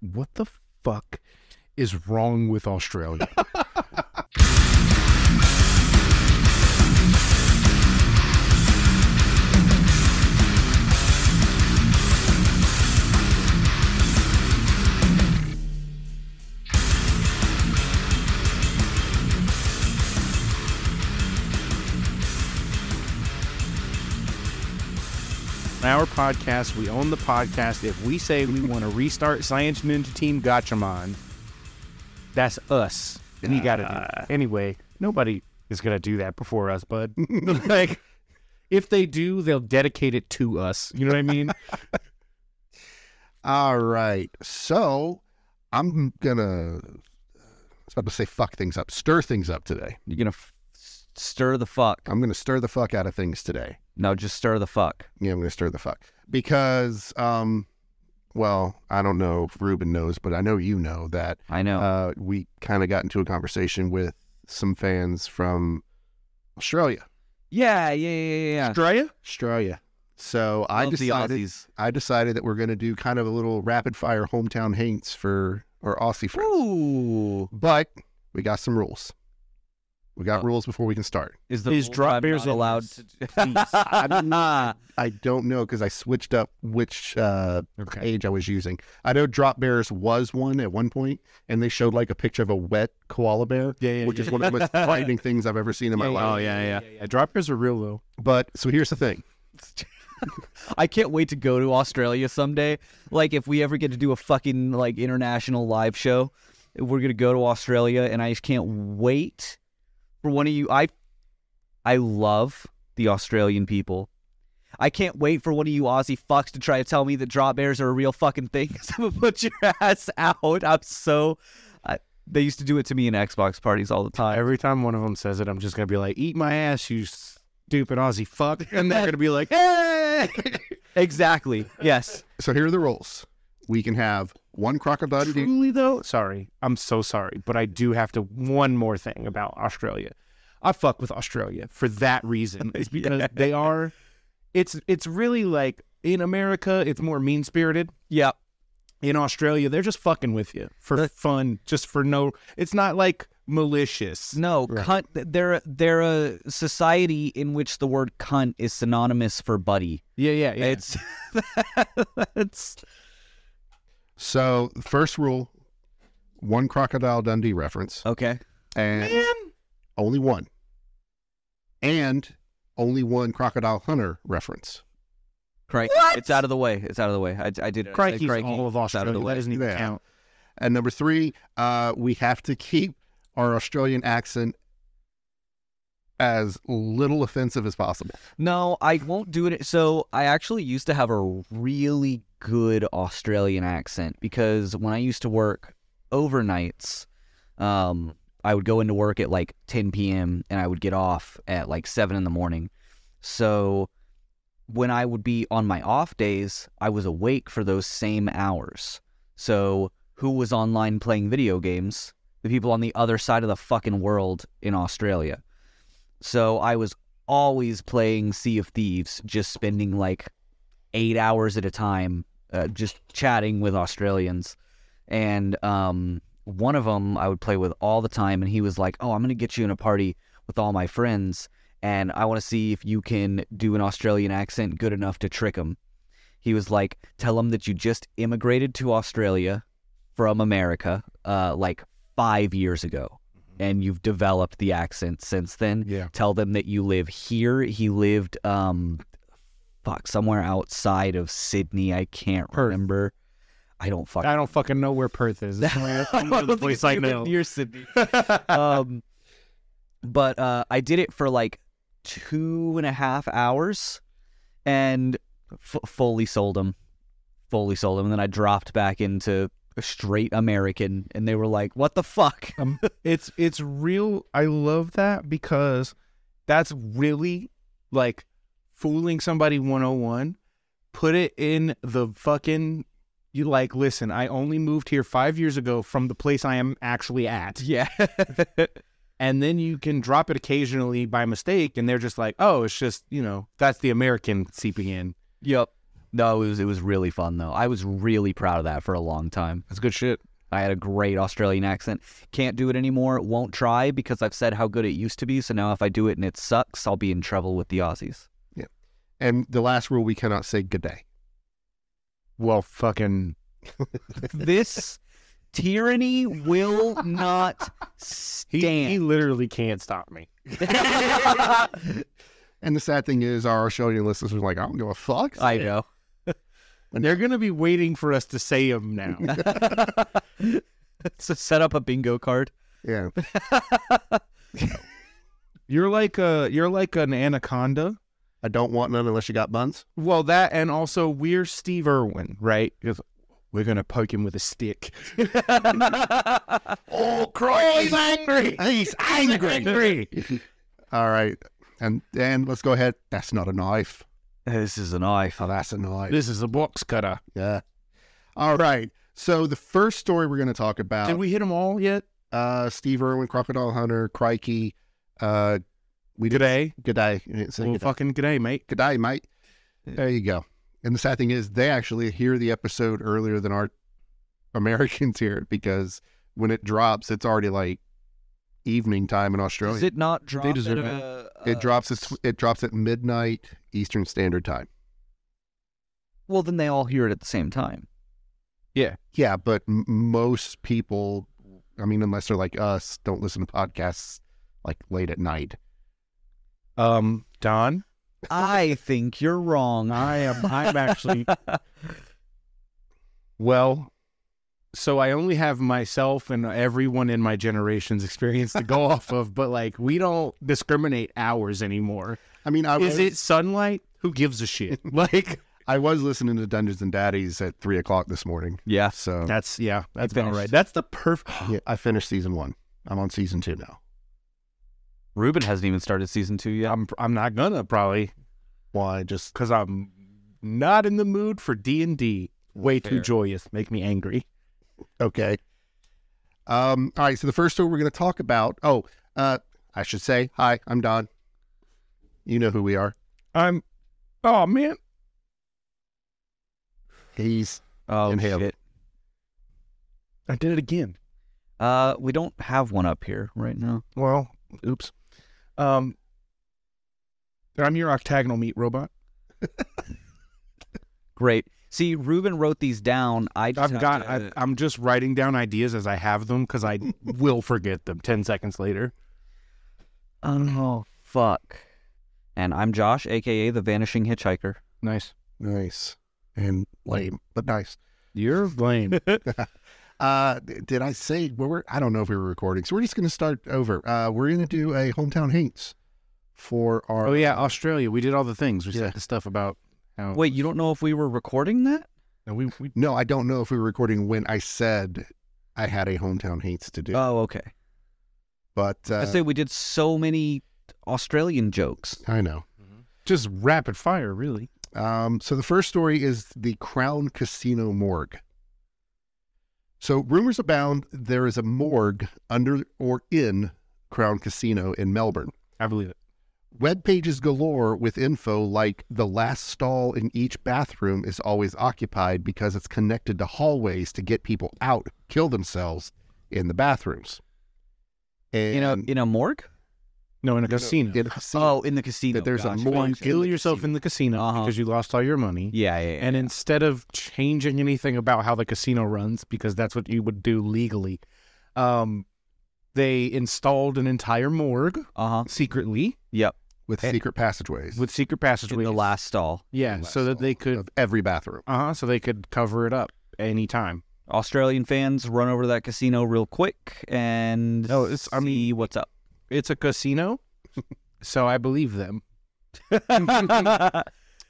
what the fuck is wrong with Australia? On our podcast, we own the podcast. If we say we want to restart Science Ninja Team Gatchaman, that's us. We got to do Ah. it. Anyway, nobody is going to do that before us, bud. like, if they do, they'll dedicate it to us. You know what I mean? All right. So I'm gonna. I was about to say fuck things up, stir things up today. You're gonna f- stir the fuck. I'm gonna stir the fuck out of things today. No, just stir the fuck. Yeah, I'm gonna stir the fuck because, um, well, I don't know if Ruben knows, but I know you know that I know. uh, we kind of got into a conversation with some fans from Australia. yeah, yeah, yeah, yeah, yeah. Australia? Australia. So I Love decided. the Aussies. I decided that we're going to do kind of a little rapid fire hometown hates for or Aussie friends. Ooh, But we got some rules. We Oh. got rules before we can start. is the Is full drop time beers not allowed? in To... I don't know because I switched up which uh, Okay. age I was using. I know drop bears was one at one point, and they showed like a picture of a wet koala bear, Yeah, yeah, which is one of the most frightening things I've ever seen in my life. Oh, yeah, yeah. yeah. Drop beers are real, though. But so here's the thing. I can't wait to go to Australia someday. Like, if we ever get to do a fucking like international live show, we're gonna go to Australia, and I just can't wait for one of you. I, I love the Australian people. I can't wait for one of you Aussie fucks to try to tell me that drop bears are a real fucking thing. 'cause I'm gonna put your ass out. I'm so. I, they used to do it to me in Xbox parties all the time. Every time one of them says it, I'm just going to be like, eat my ass, you stupid Aussie fuck. And they're going to be like, hey. Exactly. Yes. So here are the rules. We can have one crocodile eating Truly though, sorry, I'm so sorry, but I do have to one more thing about Australia. I fuck with Australia for that reason. It's because they are. It's it's really like in America, it's more mean spirited. Yeah. In Australia, they're just fucking with you for That- fun, just for no. It's not like malicious. No, cunt. They're they're a society in which the word cunt is synonymous for buddy. Yeah, yeah, yeah. It's that's So the first rule, one crocodile Dundee reference, okay. and only one, and only one crocodile hunter reference. Crank. It's out of the way. It's out of the way. I, I did. Crikey's Crikey. all of It's out Australia. of the that way. doesn't even Yeah. count. And number three, uh, we have to keep our Australian accent as little offensive as possible. No, I won't do it. So I actually used to have a really good Australian accent because when I used to work overnights, um, I would go into work at like 10 p.m. and I would get off at like seven in the morning. So when I would be on my off days, I was awake for those same hours. So who was online playing video games? The people on the other side of the fucking world in Australia. So I was always playing Sea of Thieves, just spending like eight hours at a time, uh, just chatting with Australians. And um, one of them I would play with all the time, and he was like, "Oh, I'm gonna get you in a party with all my friends, and I want to see if you can do an Australian accent good enough to trick them." He was like, "Tell them that you just immigrated to Australia from America, uh, like five years ago." And you've developed the accent since then Yeah. tell them that you live here. He lived um fuck somewhere outside of Sydney. I can't Perth. remember. I don't fuck. I don't fucking know where Perth is. It's only- it's I only don't the think place it's I even know. near Sydney. um, but uh, I did it for like two and a half hours, and f- fully sold them, fully sold them. And then I dropped back into a straight American, and they were like, "What the fuck?" um, it's it's real i love that because that's really like fooling somebody 101 put it in the fucking you like listen i only moved here five years ago from the place i am actually at Yeah. and then you can drop it occasionally by mistake and they're just like oh it's just you know that's the american seeping in yep. No, it was it was really fun though. I was really proud of that for a long time. That's good shit. I had a great Australian accent. Can't do it anymore. Won't try because I've said how good it used to be. So now if I do it and it sucks, I'll be in trouble with the Aussies. And the last rule, we cannot say good day. Well, fucking. This tyranny will not He, he stand. literally can't stop me. And the sad thing is, our Australian listeners are like, I don't give a fuck. I know. They're going to be waiting for us to say them now. so set up a bingo card. yeah. you're like a you're like an anaconda. I don't want none unless you got buns. Well, that and also we're Steve Irwin, right? 'Cause We're going to poke him with a stick. Oh, Christ. he's angry. He's angry. All right. And then let's go ahead. That's not a knife. This is an knife. Oh, that's a knife. This is a box cutter. Yeah. All right. So the first story we're going to talk about Did we hit them all yet? uh, Steve Irwin, Crocodile Hunter, Crikey. Uh, we did. G'day. Good day. You didn't say Well, good day. fucking g'day, mate. Good day, mate. There you go. And the sad thing is, they actually hear the episode earlier than our Americans hear it because when it drops, it's already like evening time in Australia. Does it not drop? deserve at it. a- uh, It uh, a- drops. At, tw- it drops at midnight Eastern Standard Time. Well, then they all hear it at the same time. Yeah, but m- most people, I mean, unless they're like us, don't listen to podcasts like late at night. Um, Don, I think you're wrong. I am. I'm actually. well, so I only have myself and everyone in my generation's experience to go off of, but like we don't discriminate hours anymore. I mean, I was Is it sunlight? Who gives a shit? Like I was listening to Dungeons and Daddies at three o'clock this morning, yeah. so that's yeah, that's about finished. right. That's the perfect. yeah, I finished season one. I'm on season two now. Ruben hasn't even started season two yet. I'm I'm not gonna probably Why? Just because I'm not in the mood for D and D. Way too Fair. joyous, make me angry. okay. Um. All right. So the first story we're going to talk about. Oh, uh, I should say hi. I'm Don. You know who we are. I'm. Oh man, He's Oh Inhale. shit. I did it again. Uh, we don't have one up here right now. Well, oops. Um, I'm your octagonal meat robot. Great. See, Ruben wrote these down. I just I've have got. to- I, I'm just writing down ideas as I have them because I will forget them ten seconds later. oh fuck. And I'm Josh, aka the Vanishing Hitchhiker. Nice. nice and lame, but nice. You're lame. Uh, th- did I say where we're? I don't know if we were recording, so we're just going to start over. Uh, we're going to do a hometown hates for our. uh, oh yeah, Australia. We did all the things. We Yeah. said the stuff about how. Wait, you don't know if we were recording that? No, we, we No, I don't know if we were recording when I said I had a hometown hates to do, Oh, okay. but I uh, say we did so many Australian jokes. I know. just rapid fire, really. Um, so the first story is the Crown Casino morgue. So rumors abound there is a morgue under or in Crown Casino in Melbourne. I believe it. Web pages galore with info like the last stall in each bathroom is always occupied because it's connected to hallways to get people out, who kill themselves in the bathrooms. And In a in a morgue? No, in a casino. in a casino. Oh, in the casino. That there's a Gotcha. Well, morgue you in kill the yourself in the casino Uh-huh. because you lost all your money. Yeah, yeah, yeah. And instead of changing anything about how the casino runs, because that's what you would do legally, um, they installed an entire morgue uh huh. secretly Yep. with and- secret passageways with secret In passageways. the last stall. yeah, last so that they stall could, of every bathroom. uh huh, so they could cover it up anytime. Australian fans run over to that casino real quick and No, it's- I mean- see what's up. It's a casino, so I believe them.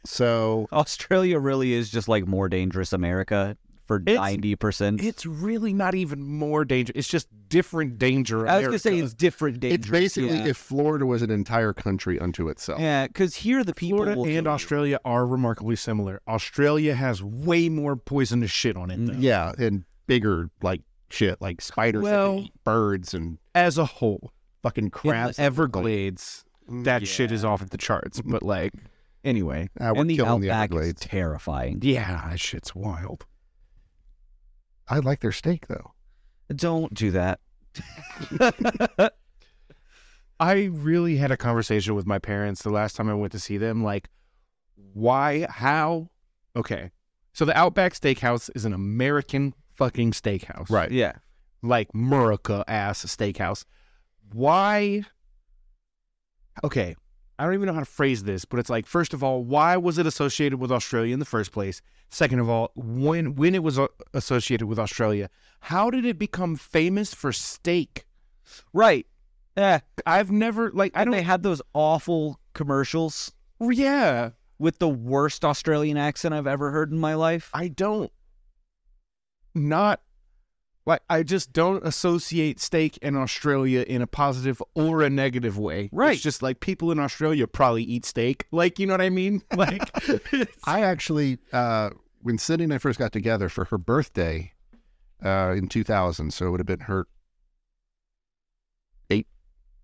So Australia really is just like more dangerous America for It's- ninety percent. It's really not even more dangerous. It's just different danger. I was gonna say America. it's different dangerous. it's basically yeah. if Florida was an entire country unto itself. yeah, because here the people Florida will and kill you. Australia are remarkably similar. Australia has way more poisonous shit on Mm-hmm. it, though. Yeah, and bigger like shit, like spiders, that Well- eat birds, and as a whole. fucking crabs. Everglades, Mm, that shit is off of the charts. But like, Anyway, Ah, we're and the killing the outback is Everglades. terrifying. Yeah, that shit's wild. I like their steak though. Don't do that. I really had a conversation with my parents the last time I went to see them. Like, why? How? Okay. So the Outback Steakhouse is an American fucking steakhouse. yeah. Like Murica ass steakhouse. Why? Okay. I don't even know how to phrase this, but it's like, first of all, why was it associated with Australia in the first place? Second of all, when when it was uh, associated with Australia, how did it become famous for steak? Right. Yeah. I've never like I And don't they had those awful commercials Yeah, with the worst Australian accent I've ever heard in my life. I don't. Not like I just don't associate steak and Australia in a positive or a negative way. Right. It's just like people in Australia probably eat steak. Like, you know what I mean? Like, I actually, uh, when Cindy and I first got together for her birthday uh, in 2000, so it would have been her eight,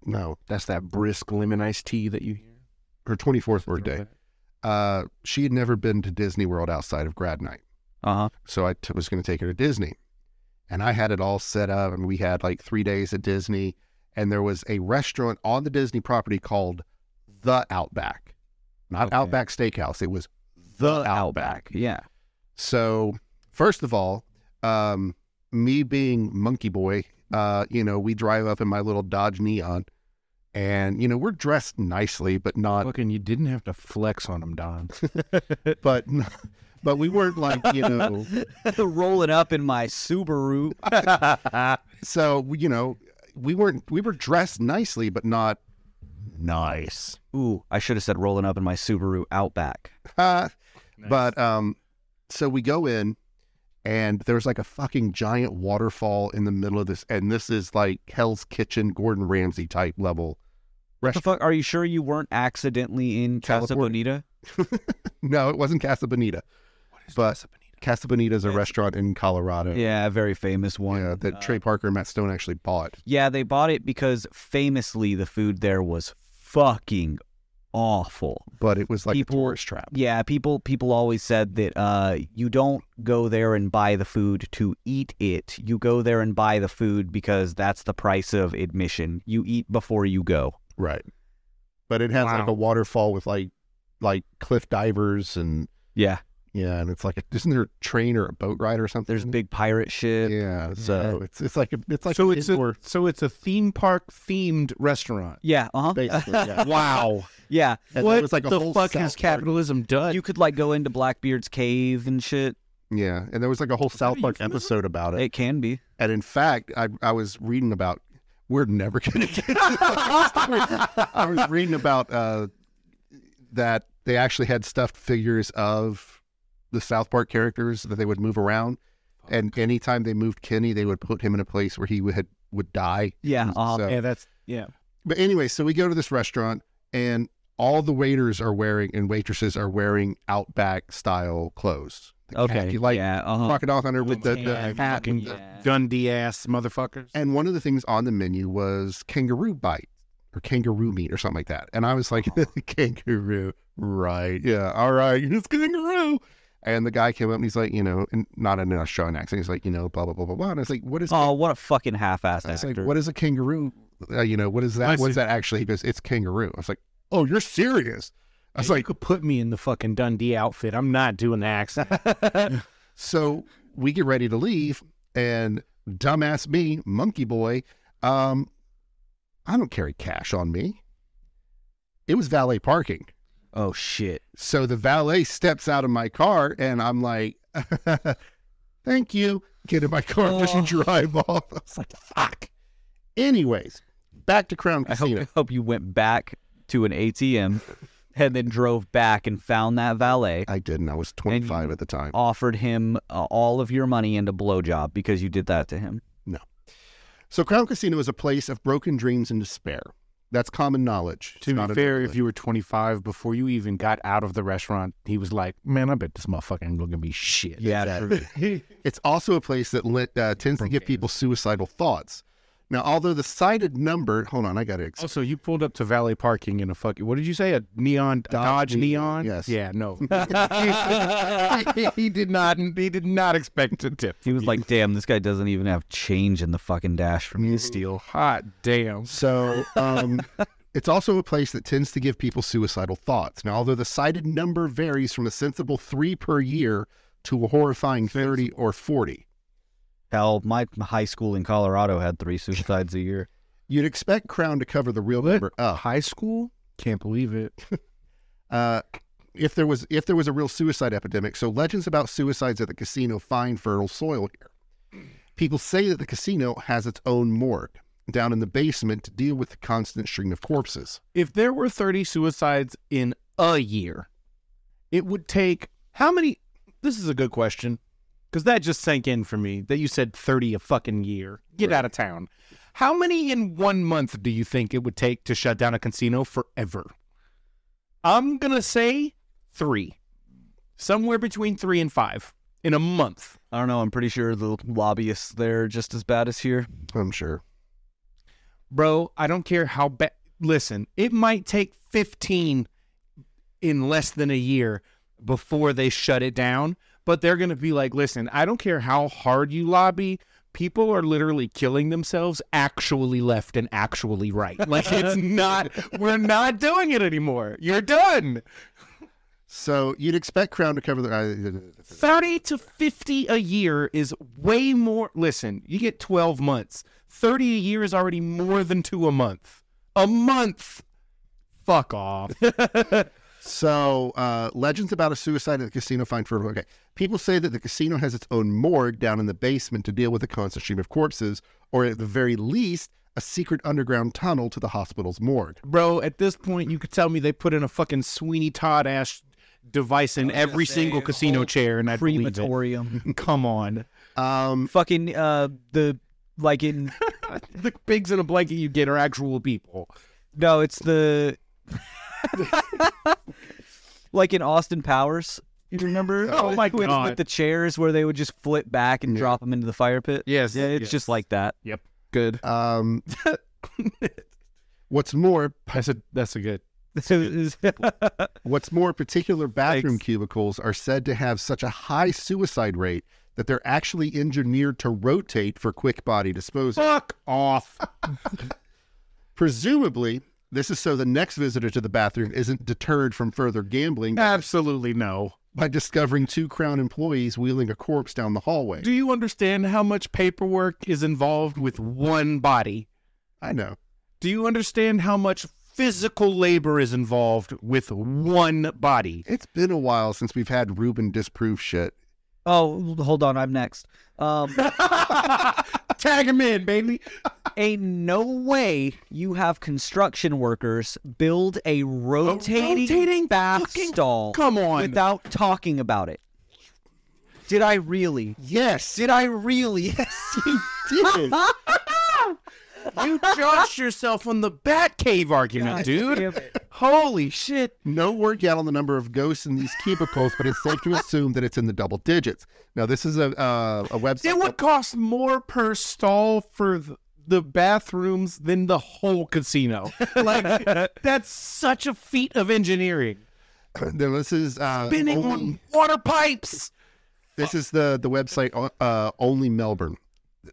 no, that's that brisk lemon iced tea that you hear. her 24th birthday. Uh, she had never been to Disney World outside of grad night. Uh huh. So I t- was going to take her to Disney. And I had it all set up, and we had like three days at Disney. And there was a restaurant on the Disney property called The Outback, not Okay. Outback Steakhouse. It was The Outback. Yeah. So, first of all, um, me being monkey boy, uh, you know, we drive up in my little Dodge Neon, and you know, we're dressed nicely, but not, Fucking, you didn't have to flex on them, Don. but, but we weren't like you know. Rolling up in my Subaru. So you know, we weren't we were dressed nicely, but not nice. Ooh, I should have said rolling up in my Subaru Outback. Uh, But um, so we go in, and there's like a fucking giant waterfall in the middle of this, and this is like Hell's Kitchen, Gordon Ramsay type level. What the fuck? Are you sure you weren't accidentally in Casa Bonita? No, it wasn't Casa Bonita. but Casa Bonita is a restaurant in Colorado. Yeah, a very famous one. Uh, Yeah, that Trey Parker and Matt Stone actually bought. Yeah, they bought it because famously the food there was fucking awful. But it was like people- a tourist trap. Yeah, people people always said that uh, you don't go there and buy the food to eat it. You go there and buy the food because that's the price of admission. You eat before you go. Right. But it has like a Wow. waterfall with like like cliff divers and Yeah, yeah, and it's like a, isn't there a train or a boat ride or something? there's a big pirate ship. Mm-hmm. yeah. So it's it's like a, it's like so a it's a, indoor- so it's a theme park themed restaurant. Yeah, uh huh. basically yeah. Wow, yeah, And what there was like a the whole fuck South has Park- capitalism done? you could like go into Blackbeard's cave and shit. Yeah, and there was like a whole South you Park familiar? episode about it. It can be. And in fact, I I was reading about we're never gonna get to the fucking story. I was reading about uh, that they actually had stuffed figures of the South Park characters that they would move around, and anytime they moved Kenny, they would put him in a place where he would would die. Yeah, uh So- yeah, that's yeah. But anyway, so we go to this restaurant, and all the waiters are wearing and waitresses are wearing Outback style clothes. The okay. khaki, like yeah, uh huh. crocodile hunter with the, the fucking Dundee ass motherfuckers. And one of the things on the menu was kangaroo bite or kangaroo meat or something like that. And I was like, kangaroo, right? Yeah, all right, it's kangaroo. And the guy came up and he's like, you know, and not in an Australian accent. He's like, you know, blah blah blah blah blah. And I was like, what is? Oh, what a fucking half-assed I was like, actor. what is a kangaroo? Uh, you know, what is I that? What see. is that actually? He goes, it's kangaroo. I was like, oh, you're serious? I was Yeah, you like, could put me in the fucking Dundee outfit. I'm not doing the accent. So we get ready to leave, and dumbass me, monkey boy, um, I don't carry cash on me. It was valet parking. oh shit. So the valet steps out of my car, and I'm like, thank you. Get in my car and let you Oh. drive off. I was like, fuck. Anyways, back to Crown I hope, Casino. I hope you went back to an ATM and then drove back and found that valet, I, didn't. I was 25 at the Oh. time. offered him uh, all of your money and a blowjob because you did that to him. So Crown Casino is a place of broken dreams and despair. That's common knowledge. It's to not be a- fair, if you were 25 before you even got out of the restaurant, he was like, "Man, I bet this motherfucker ain't gonna be shit." Yeah, It's also a place that lit, uh, tends to give people suicidal thoughts. Now, although the cited number, hold on, I got to explain. Also, you pulled up to Valley Parking in a fucking. What did you say? A neon Dodge, neon? yes. Yeah. No. he did not. He did not expect a tip. He was like, "Damn, this guy doesn't even have change in the fucking dash for Mm. me to steal." Hot damn. So um, it's also a place that tends to give people suicidal thoughts. Now, although the cited number varies from a sensible three per year to a horrifying 30 or 40, Hell, my high school in Colorado had three suicides a year. you'd expect Crown to cover the real number Oh, up. High school? Can't believe it. Uh, if there was if there was a real suicide epidemic, so legends about suicides at the casino find fertile soil here. People say that the casino has its own morgue down in the basement to deal with the constant string of corpses. If there were 30 suicides in a year, it would take how many? This is a good question because that just sank in for me that you said 30 a fucking year. Get out of town. How many in one month do you think it would take to shut down a casino forever? I'm going to say three, somewhere between three and five in a month. I don't know. I'm pretty sure the lobbyists there are just as bad as here. I'm sure. bro, I don't care how bad. Listen, it might take 15 in less than a year before they shut it down, but they're going to be like, listen, I don't care how hard you lobby. People are literally killing themselves, actually left and actually right. Like, it's not, we're not doing it anymore. You're done. So you'd expect Crown to cover the. 30 to 50 a year is way more. Listen, you get 12 months. 30 a year is already more than two a month. A month. Fuck off. So, uh, legends about a suicide at the casino find fertile. Okay. People say that the casino has its own morgue down in the basement to deal with the constant stream of corpses, or at the very least, a secret underground tunnel to the hospital's morgue. Bro, at this point, you could tell me they put in a fucking Sweeney Todd ass device in every single casino chair, and I'd believe it. Crematorium. Come on. Um, fucking uh, the like in The pigs in a blanket you get are actual people. no, it's the like in Austin Powers. You remember? Oh my With- God. With the chairs where they would just flip back and drop them into the fire pit. Yes, Yeah, it's yes. just like that. Yep. Good. um, what's more, That's a, that's a good. what's more, particular bathroom Thanks. cubicles are said to have such a high suicide rate that they're actually engineered to rotate for quick body disposal. Fuck off. Presumably, this is so the next visitor to the bathroom isn't deterred from further gambling Absolutely no. by discovering two Crown employees wheeling a corpse down the hallway. Do you understand how much paperwork is involved with one body? I know. Do you understand how much physical labor is involved with one body? It's been a while since we've had Ruben disprove shit. oh, hold on, I'm next. Um, Tag him in, baby. ain't no way you have construction workers build a rotating, rotating bath fucking- stall Come on. without talking about it. Did I really? Yes, Did I really? Yes. did. you judged yourself on the Batcave argument, dude. Holy shit. no word yet on the number of ghosts in these cubicles, but it's safe to assume that it's in the double digits. Now, this is a uh, a website. It would cost more per stall for th- the bathrooms than the whole casino. like, that's such a feat of engineering. Now, this is uh, Spinning only- on water pipes. This is the the website uh, only Melbourne.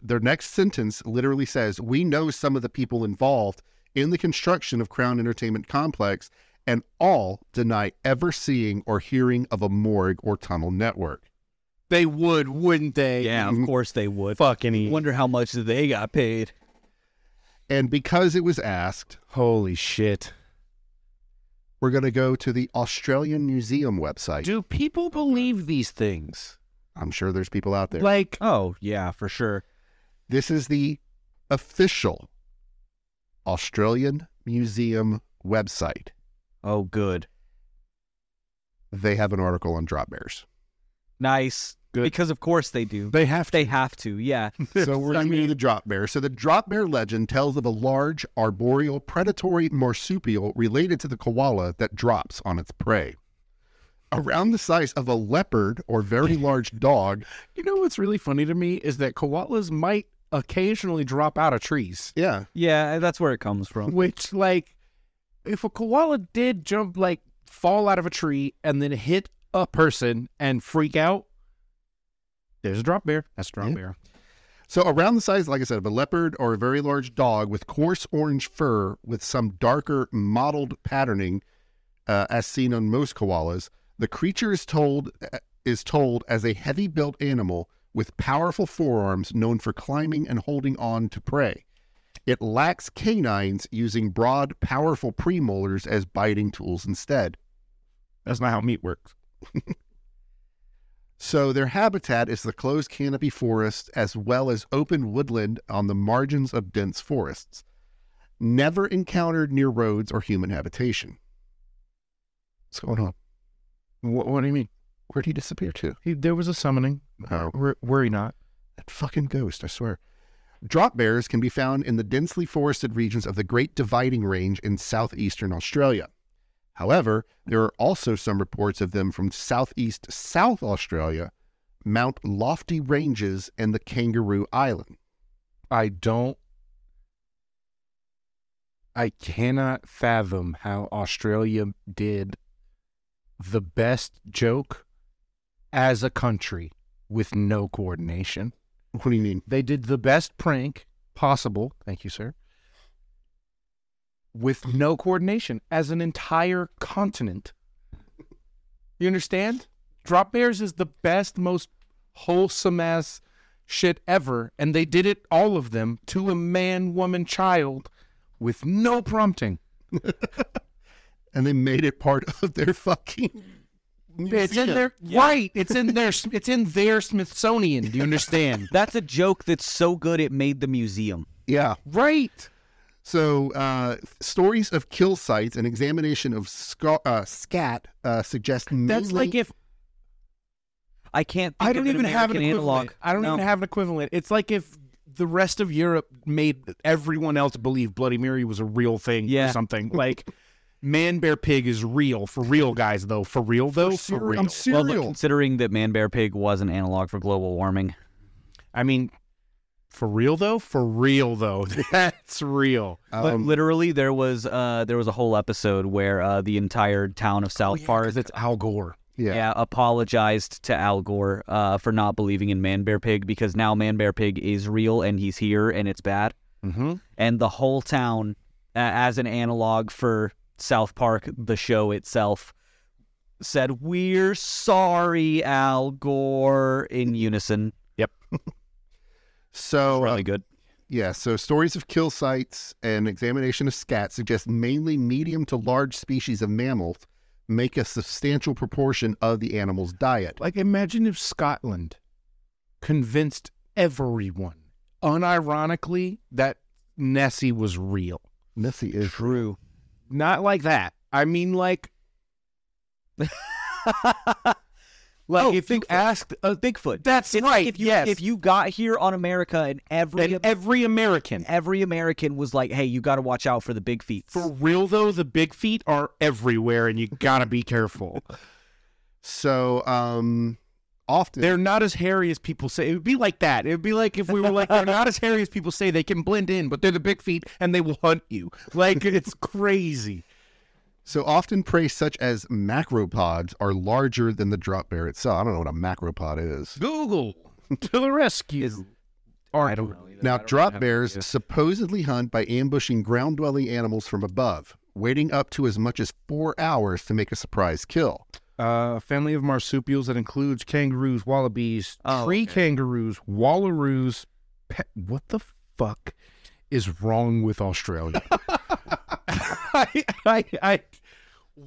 Their next sentence literally says, "We know some of the people involved in the construction of Crown Entertainment Complex, and all deny ever seeing or hearing of a morgue or tunnel network." Mm-hmm. They would, wouldn't they? Yeah, of course they would. Fucking E. Wonder how much they got paid. And because it was asked, Holy shit. we're going to go to the Australian Museum website. Do people believe these things? I'm sure there's people out there. Like, Oh yeah, for sure. This is the official Australian Museum website. Oh good, They have an article on drop bears. nice. Good. Because of course they do. they have They have to. Yeah. so we're going to do the drop bear. So the drop bear legend tells of a large arboreal predatory marsupial related to the koala that drops on its prey. Around the size of a leopard or very large dog, You know what's really funny to me is that koalas might occasionally drop out of trees, Yeah. Yeah, that's where it comes from. which like if a koala did jump like fall out of a tree and then hit a person and freak out, there's a drop bear. That's a drop Yeah. bear. So around the size, like I said, of a leopard or a very large dog with coarse orange fur with some darker mottled patterning, uh, as seen on most koalas, the creature is told uh, is told as a heavy-built animal with powerful forearms known for climbing and holding on to prey. It lacks canines, using broad, powerful premolars as biting tools instead. That's not how meat works. So their habitat is the closed canopy forest as well as open woodland on the margins of dense forests. Never encountered near roads or human habitation. What's going on? What, what do you mean? Where'd he disappear to? He, there was a summoning. Oh. Wor- worry not. That fucking ghost, I swear. Drop bears can be found in the densely forested regions of the Great Dividing Range in southeastern Australia. However, there are also some reports of them from southeast South Australia, Mount Lofty Ranges, and the Kangaroo Island. I don't. I cannot fathom how Australia did the best joke as a country with no coordination. What do you mean? They did the best prank possible. Thank you, sir. With no coordination as an entire continent. You understand? Drop Bears is the best, most wholesome ass shit ever. And they did it, all of them, to a man, woman, child with no prompting. And they made it part of their fucking. It's in their right. It's in their it's in their Smithsonian. Do you understand? That's a joke that's so good it made the museum. Yeah. right. So, uh, stories of kill sites and examination of sca- uh, scat uh, suggest mainly. That's like if I can't. Think I don't of an even have an American equivalent. analog. I don't No. even have an equivalent. It's like if the rest of Europe made everyone else believe Bloody Mary was a real thing Yeah. or something. Like man bear pig is real for real guys though. For real though, for, cere- real. I'm Well, serial. look, considering that man, bear, pig was an analog for global warming. I mean for real though, for real though. That's real. But Um, literally, there was uh, there was a whole episode where uh, the entire town of South Park Because it's Al Gore. yeah. yeah. apologized to Al Gore uh, for not believing in Man Bear Pig because now Man Bear Pig is real and he's here and it's bad. Mm-hmm. And the whole town, uh, as an analog for South Park, the show itself, said, We're sorry, Al Gore, in unison. So, uh, Really good. yeah. So, stories of kill sites and examination of scat suggest mainly medium to large species of mammals make a substantial proportion of the animal's diet. Like, imagine if Scotland convinced everyone, unironically, that Nessie was real. Nessie is True. Not like that. I mean, like, like Oh, if you Bigfoot. asked, uh, Bigfoot. That's If- right, If you, yes. If you got here on America and every then every American. every American was like, "Hey, you got to watch out for the big feet." For real, though, the big feet are everywhere, and you gotta be careful. So, um, often. They're not as hairy as people say. It would be like that. It would be like if we were like, they're not as hairy as people say. They can blend in, but they're the big feet, and they will hunt you. Like, it's crazy. So often prey such as macropods are larger than the drop bear itself. I don't know what a macropod is. Google to the rescue. I don't know. Now, drop bears supposedly hunt by ambushing ground dwelling animals from above, waiting up to as much as four hours to make a surprise kill. Uh, a family of marsupials that includes kangaroos, wallabies, Oh, tree kangaroos, wallaroos. Pe- what the fuck is wrong with Australia? I, I, I,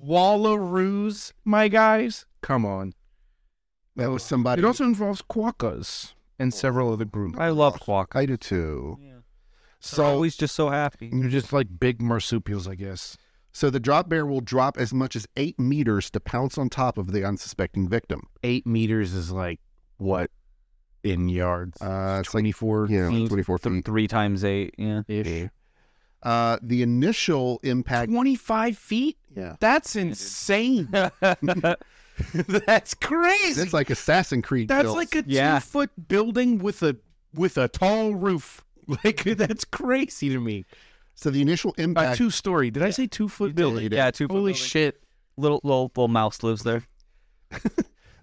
wallaroos, my guys. Come on. That was somebody. It also involves quokkas and several other groups. I love Quack. I do too. So he's just so happy. They're just like big marsupials, I guess. So the drop bear will drop as much as eight meters to pounce on top of the unsuspecting victim. Eight meters is like what in yards? Uh, it's like, 24 you know, 24 Th- feet. three times eight. Yeah. ish. Uh, the initial impact. 25 feet? Yeah. That's insane. That's crazy. That's like Assassin Creed. That's kills. like a Yeah. two foot building with a with a tall roof. Like that's crazy to me. So the initial A impact. two story. Did I say two foot building? you did. Yeah, two foot Holy building. shit! Little, little little mouse lives there.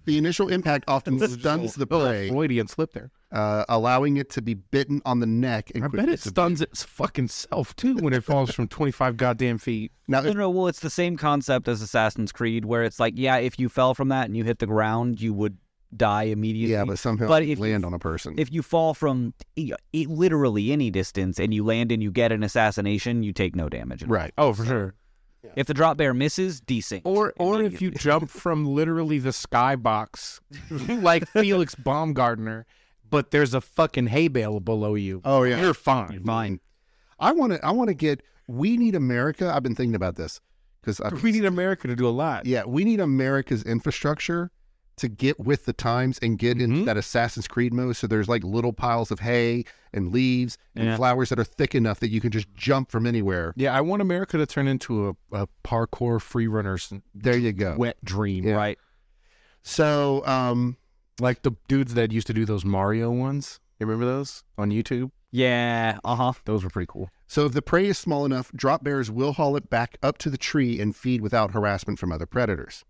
The initial impact often This is stuns the Oh, prey, Freudian slip there. uh, allowing it to be bitten on the neck. And I bet quickly it stuns its fucking self too when it falls from twenty five goddamn feet. Now, No, no, well, it's the same concept as Assassin's Creed, where it's like, yeah, if you fell from that and you hit the ground, you would die immediately. yeah, but somehow but it if- land on a person. if you fall from e- e- literally any distance and you land and you get an assassination, you take no damage. at all. right. Oh, for sure. If the drop bear misses, desync. Or or if you jump from literally the skybox, like Felix Baumgartner, but there's a fucking hay bale below you. Oh yeah. You're fine. Mine. I want to. I want to get. We need America. I've been thinking about this because I. We need America to do a lot. Yeah, we need America's infrastructure to get with the times and get into Mhm. that Assassin's Creed mode. So there's like little piles of hay and leaves and Yeah. flowers that are thick enough that you can just jump from anywhere. Yeah, I want America to turn into a, a parkour freerunner's There you go. wet dream. Yeah. right, So, um, Like the dudes that used to do those Mario ones. You remember those on YouTube? yeah, uh huh. Those were pretty cool. so if the prey is small enough, drop bears will haul it back up to the tree and feed without harassment from other predators.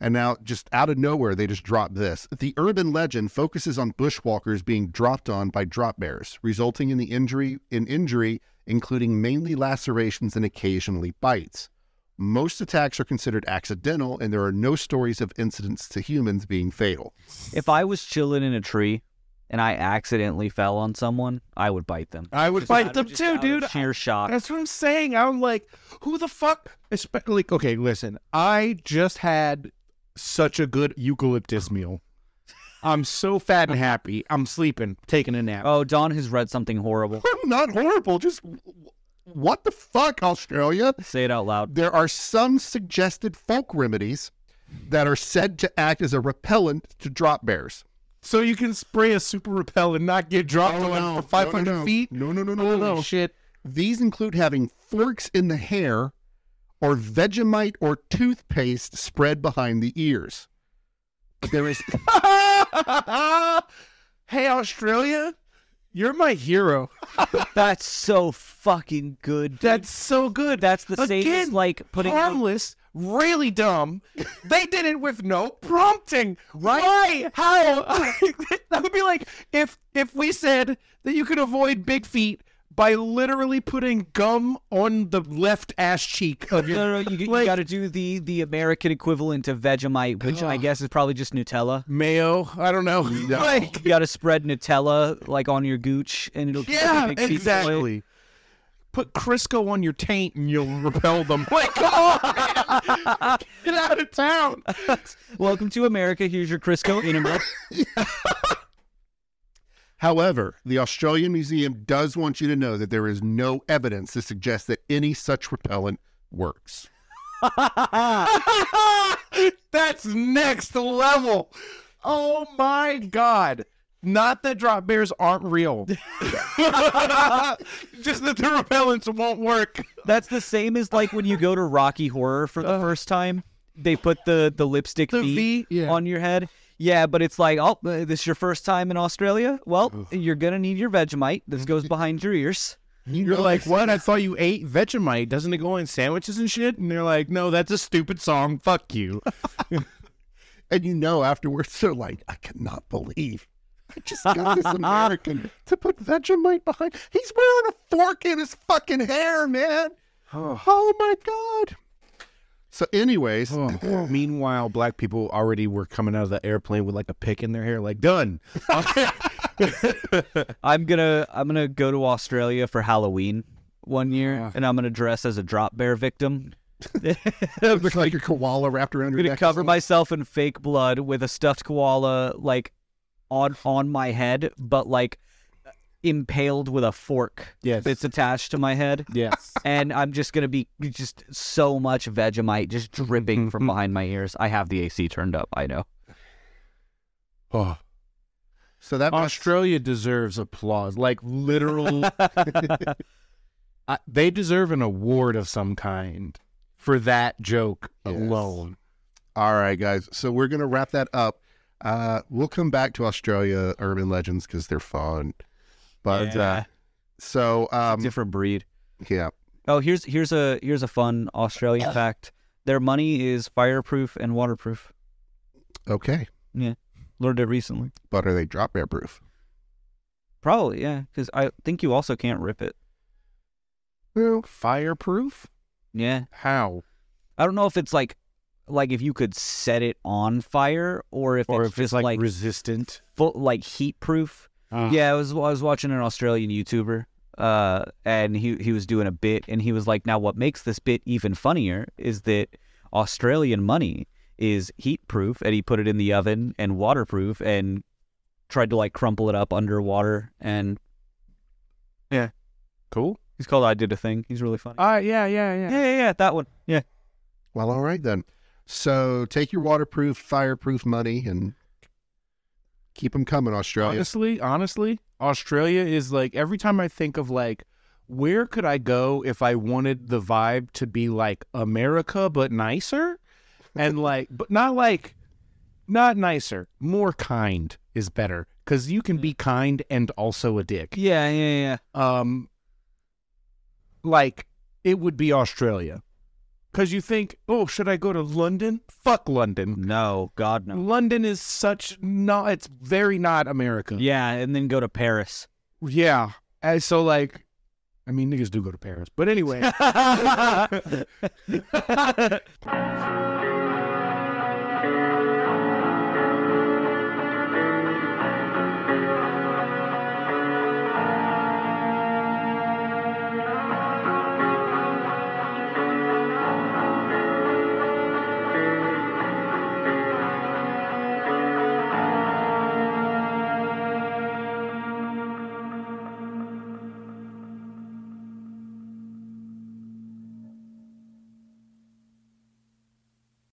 And now, just out of nowhere, they just drop this. The urban legend focuses on bushwalkers being dropped on by drop bears, resulting in the injury in injury, including mainly lacerations and occasionally bites. Most attacks are considered accidental, and there are no stories of incidents to humans being fatal. If I was chilling in a tree and I accidentally fell on someone, I would bite them. I would Just out fight of- them just too, out of dude. Sheer shock. That's what I'm saying. I'm like, who the fuck? Especially, like, okay, listen, I just had such a good eucalyptus meal. I'm so fat and happy. I'm sleeping, taking a nap. Oh, Don has read something horrible. I'm not horrible. Just what the fuck, Australia? Say it out loud. There are some suggested folk remedies that are said to act as a repellent to drop bears. So you can spray a super repel and not get dropped on for 500 feet? Oh, No, no, no, no, Holy no. shit. These include having forks in the hair or Vegemite or toothpaste spread behind the ears. But there is hey, Australia, you're my hero. That's so fucking good. dude. That's so good. That's the same as Again, like putting harmless, really dumb. they did it with no prompting. Right? Why? How? that would be like if if we said that you could avoid big feet by literally putting gum on the left ass cheek of your. No, no, you, Like- you got to do the the American equivalent of Vegemite, which I guess is probably just Nutella. Mayo, I don't know. Like, You got to spread Nutella like on your gooch, and it'll keep the yeah, big feet away. exactly. Put Crisco on your taint and you'll repel them. Like, come on, man. get out of town. Welcome to America. Here's your Crisco enema. However, the Australian Museum does want you to know that there is no evidence to suggest that any such repellent works. That's next level. Oh my god. Not that drop bears aren't real. Just that the repellents won't work. That's the same as like when you go to Rocky Horror for the first time. They put the the lipstick Uh-huh. The V, V, yeah. on your head. Yeah, but it's like, oh, uh, this is your first time in Australia. Well, you're gonna need your Vegemite. This goes behind your ears. You're like, what? I thought you ate Vegemite. Doesn't it go in sandwiches and shit? And they're like, no, that's a stupid song. Fuck you. And you know afterwards they're like, I cannot believe I just got this American to put Vegemite behind. He's wearing a fork in his fucking hair, man. Oh my god. So anyways, Oh, Meanwhile, black people already were coming out of the airplane with like a pick in their hair, like, done. I'm gonna I'm gonna go to Australia for Halloween one year, and I'm gonna dress as a drop bear victim. I'm looks like your koala wrapped around your gonna neck. cover myself in fake blood with a stuffed koala like on on my head, but like impaled with a fork Yes. that's attached to my head. yes. And I'm just gonna be just so much Vegemite just dripping from behind my ears. I have the AC turned up. I know. Oh. so that must- Australia deserves applause. Like literal, I, they deserve an award of some kind for that joke Yes. alone. All right, guys. So we're going to wrap that up. Uh, we'll come back to Australia urban legends because they're fun. But uh, Yeah. so um, Different breed. yeah, Oh, here's here's a here's a fun Australian fact. Their money is fireproof and waterproof. okay. Learned it recently. But are they drop bear proof? Probably, yeah, because I think you also can't rip it. Well, fireproof? Yeah, How? I don't know if it's like like if you could set it on fire or if Or it's if just it's like, like resistant? full, like heat proof. Yeah, I was I was watching an Australian YouTuber, uh, and he he was doing a bit, and he was like, "Now, what makes this bit even funnier is that Australian money is heat proof, and he put it in the oven and waterproof, and tried to like crumple it up underwater, and Cool. he's called I did a thing. He's really funny. Uh, yeah, yeah, yeah, yeah, yeah, that one. Yeah, Well, all right then. So take your waterproof, fireproof money and keep them coming, Australia. Honestly, honestly, Australia is like every time I think of like where could I go if I wanted the vibe to be like America but nicer and like but not like not nicer, more kind is better cuz you can be kind and also a dick. yeah, yeah, yeah. Um like it would be Australia. Cuz you think, "Oh, should I go to London? Fuck London." No, God no. London is such not it's very not America. Yeah, and then go to Paris. Yeah. And so like I mean niggas do go to Paris. But anyway.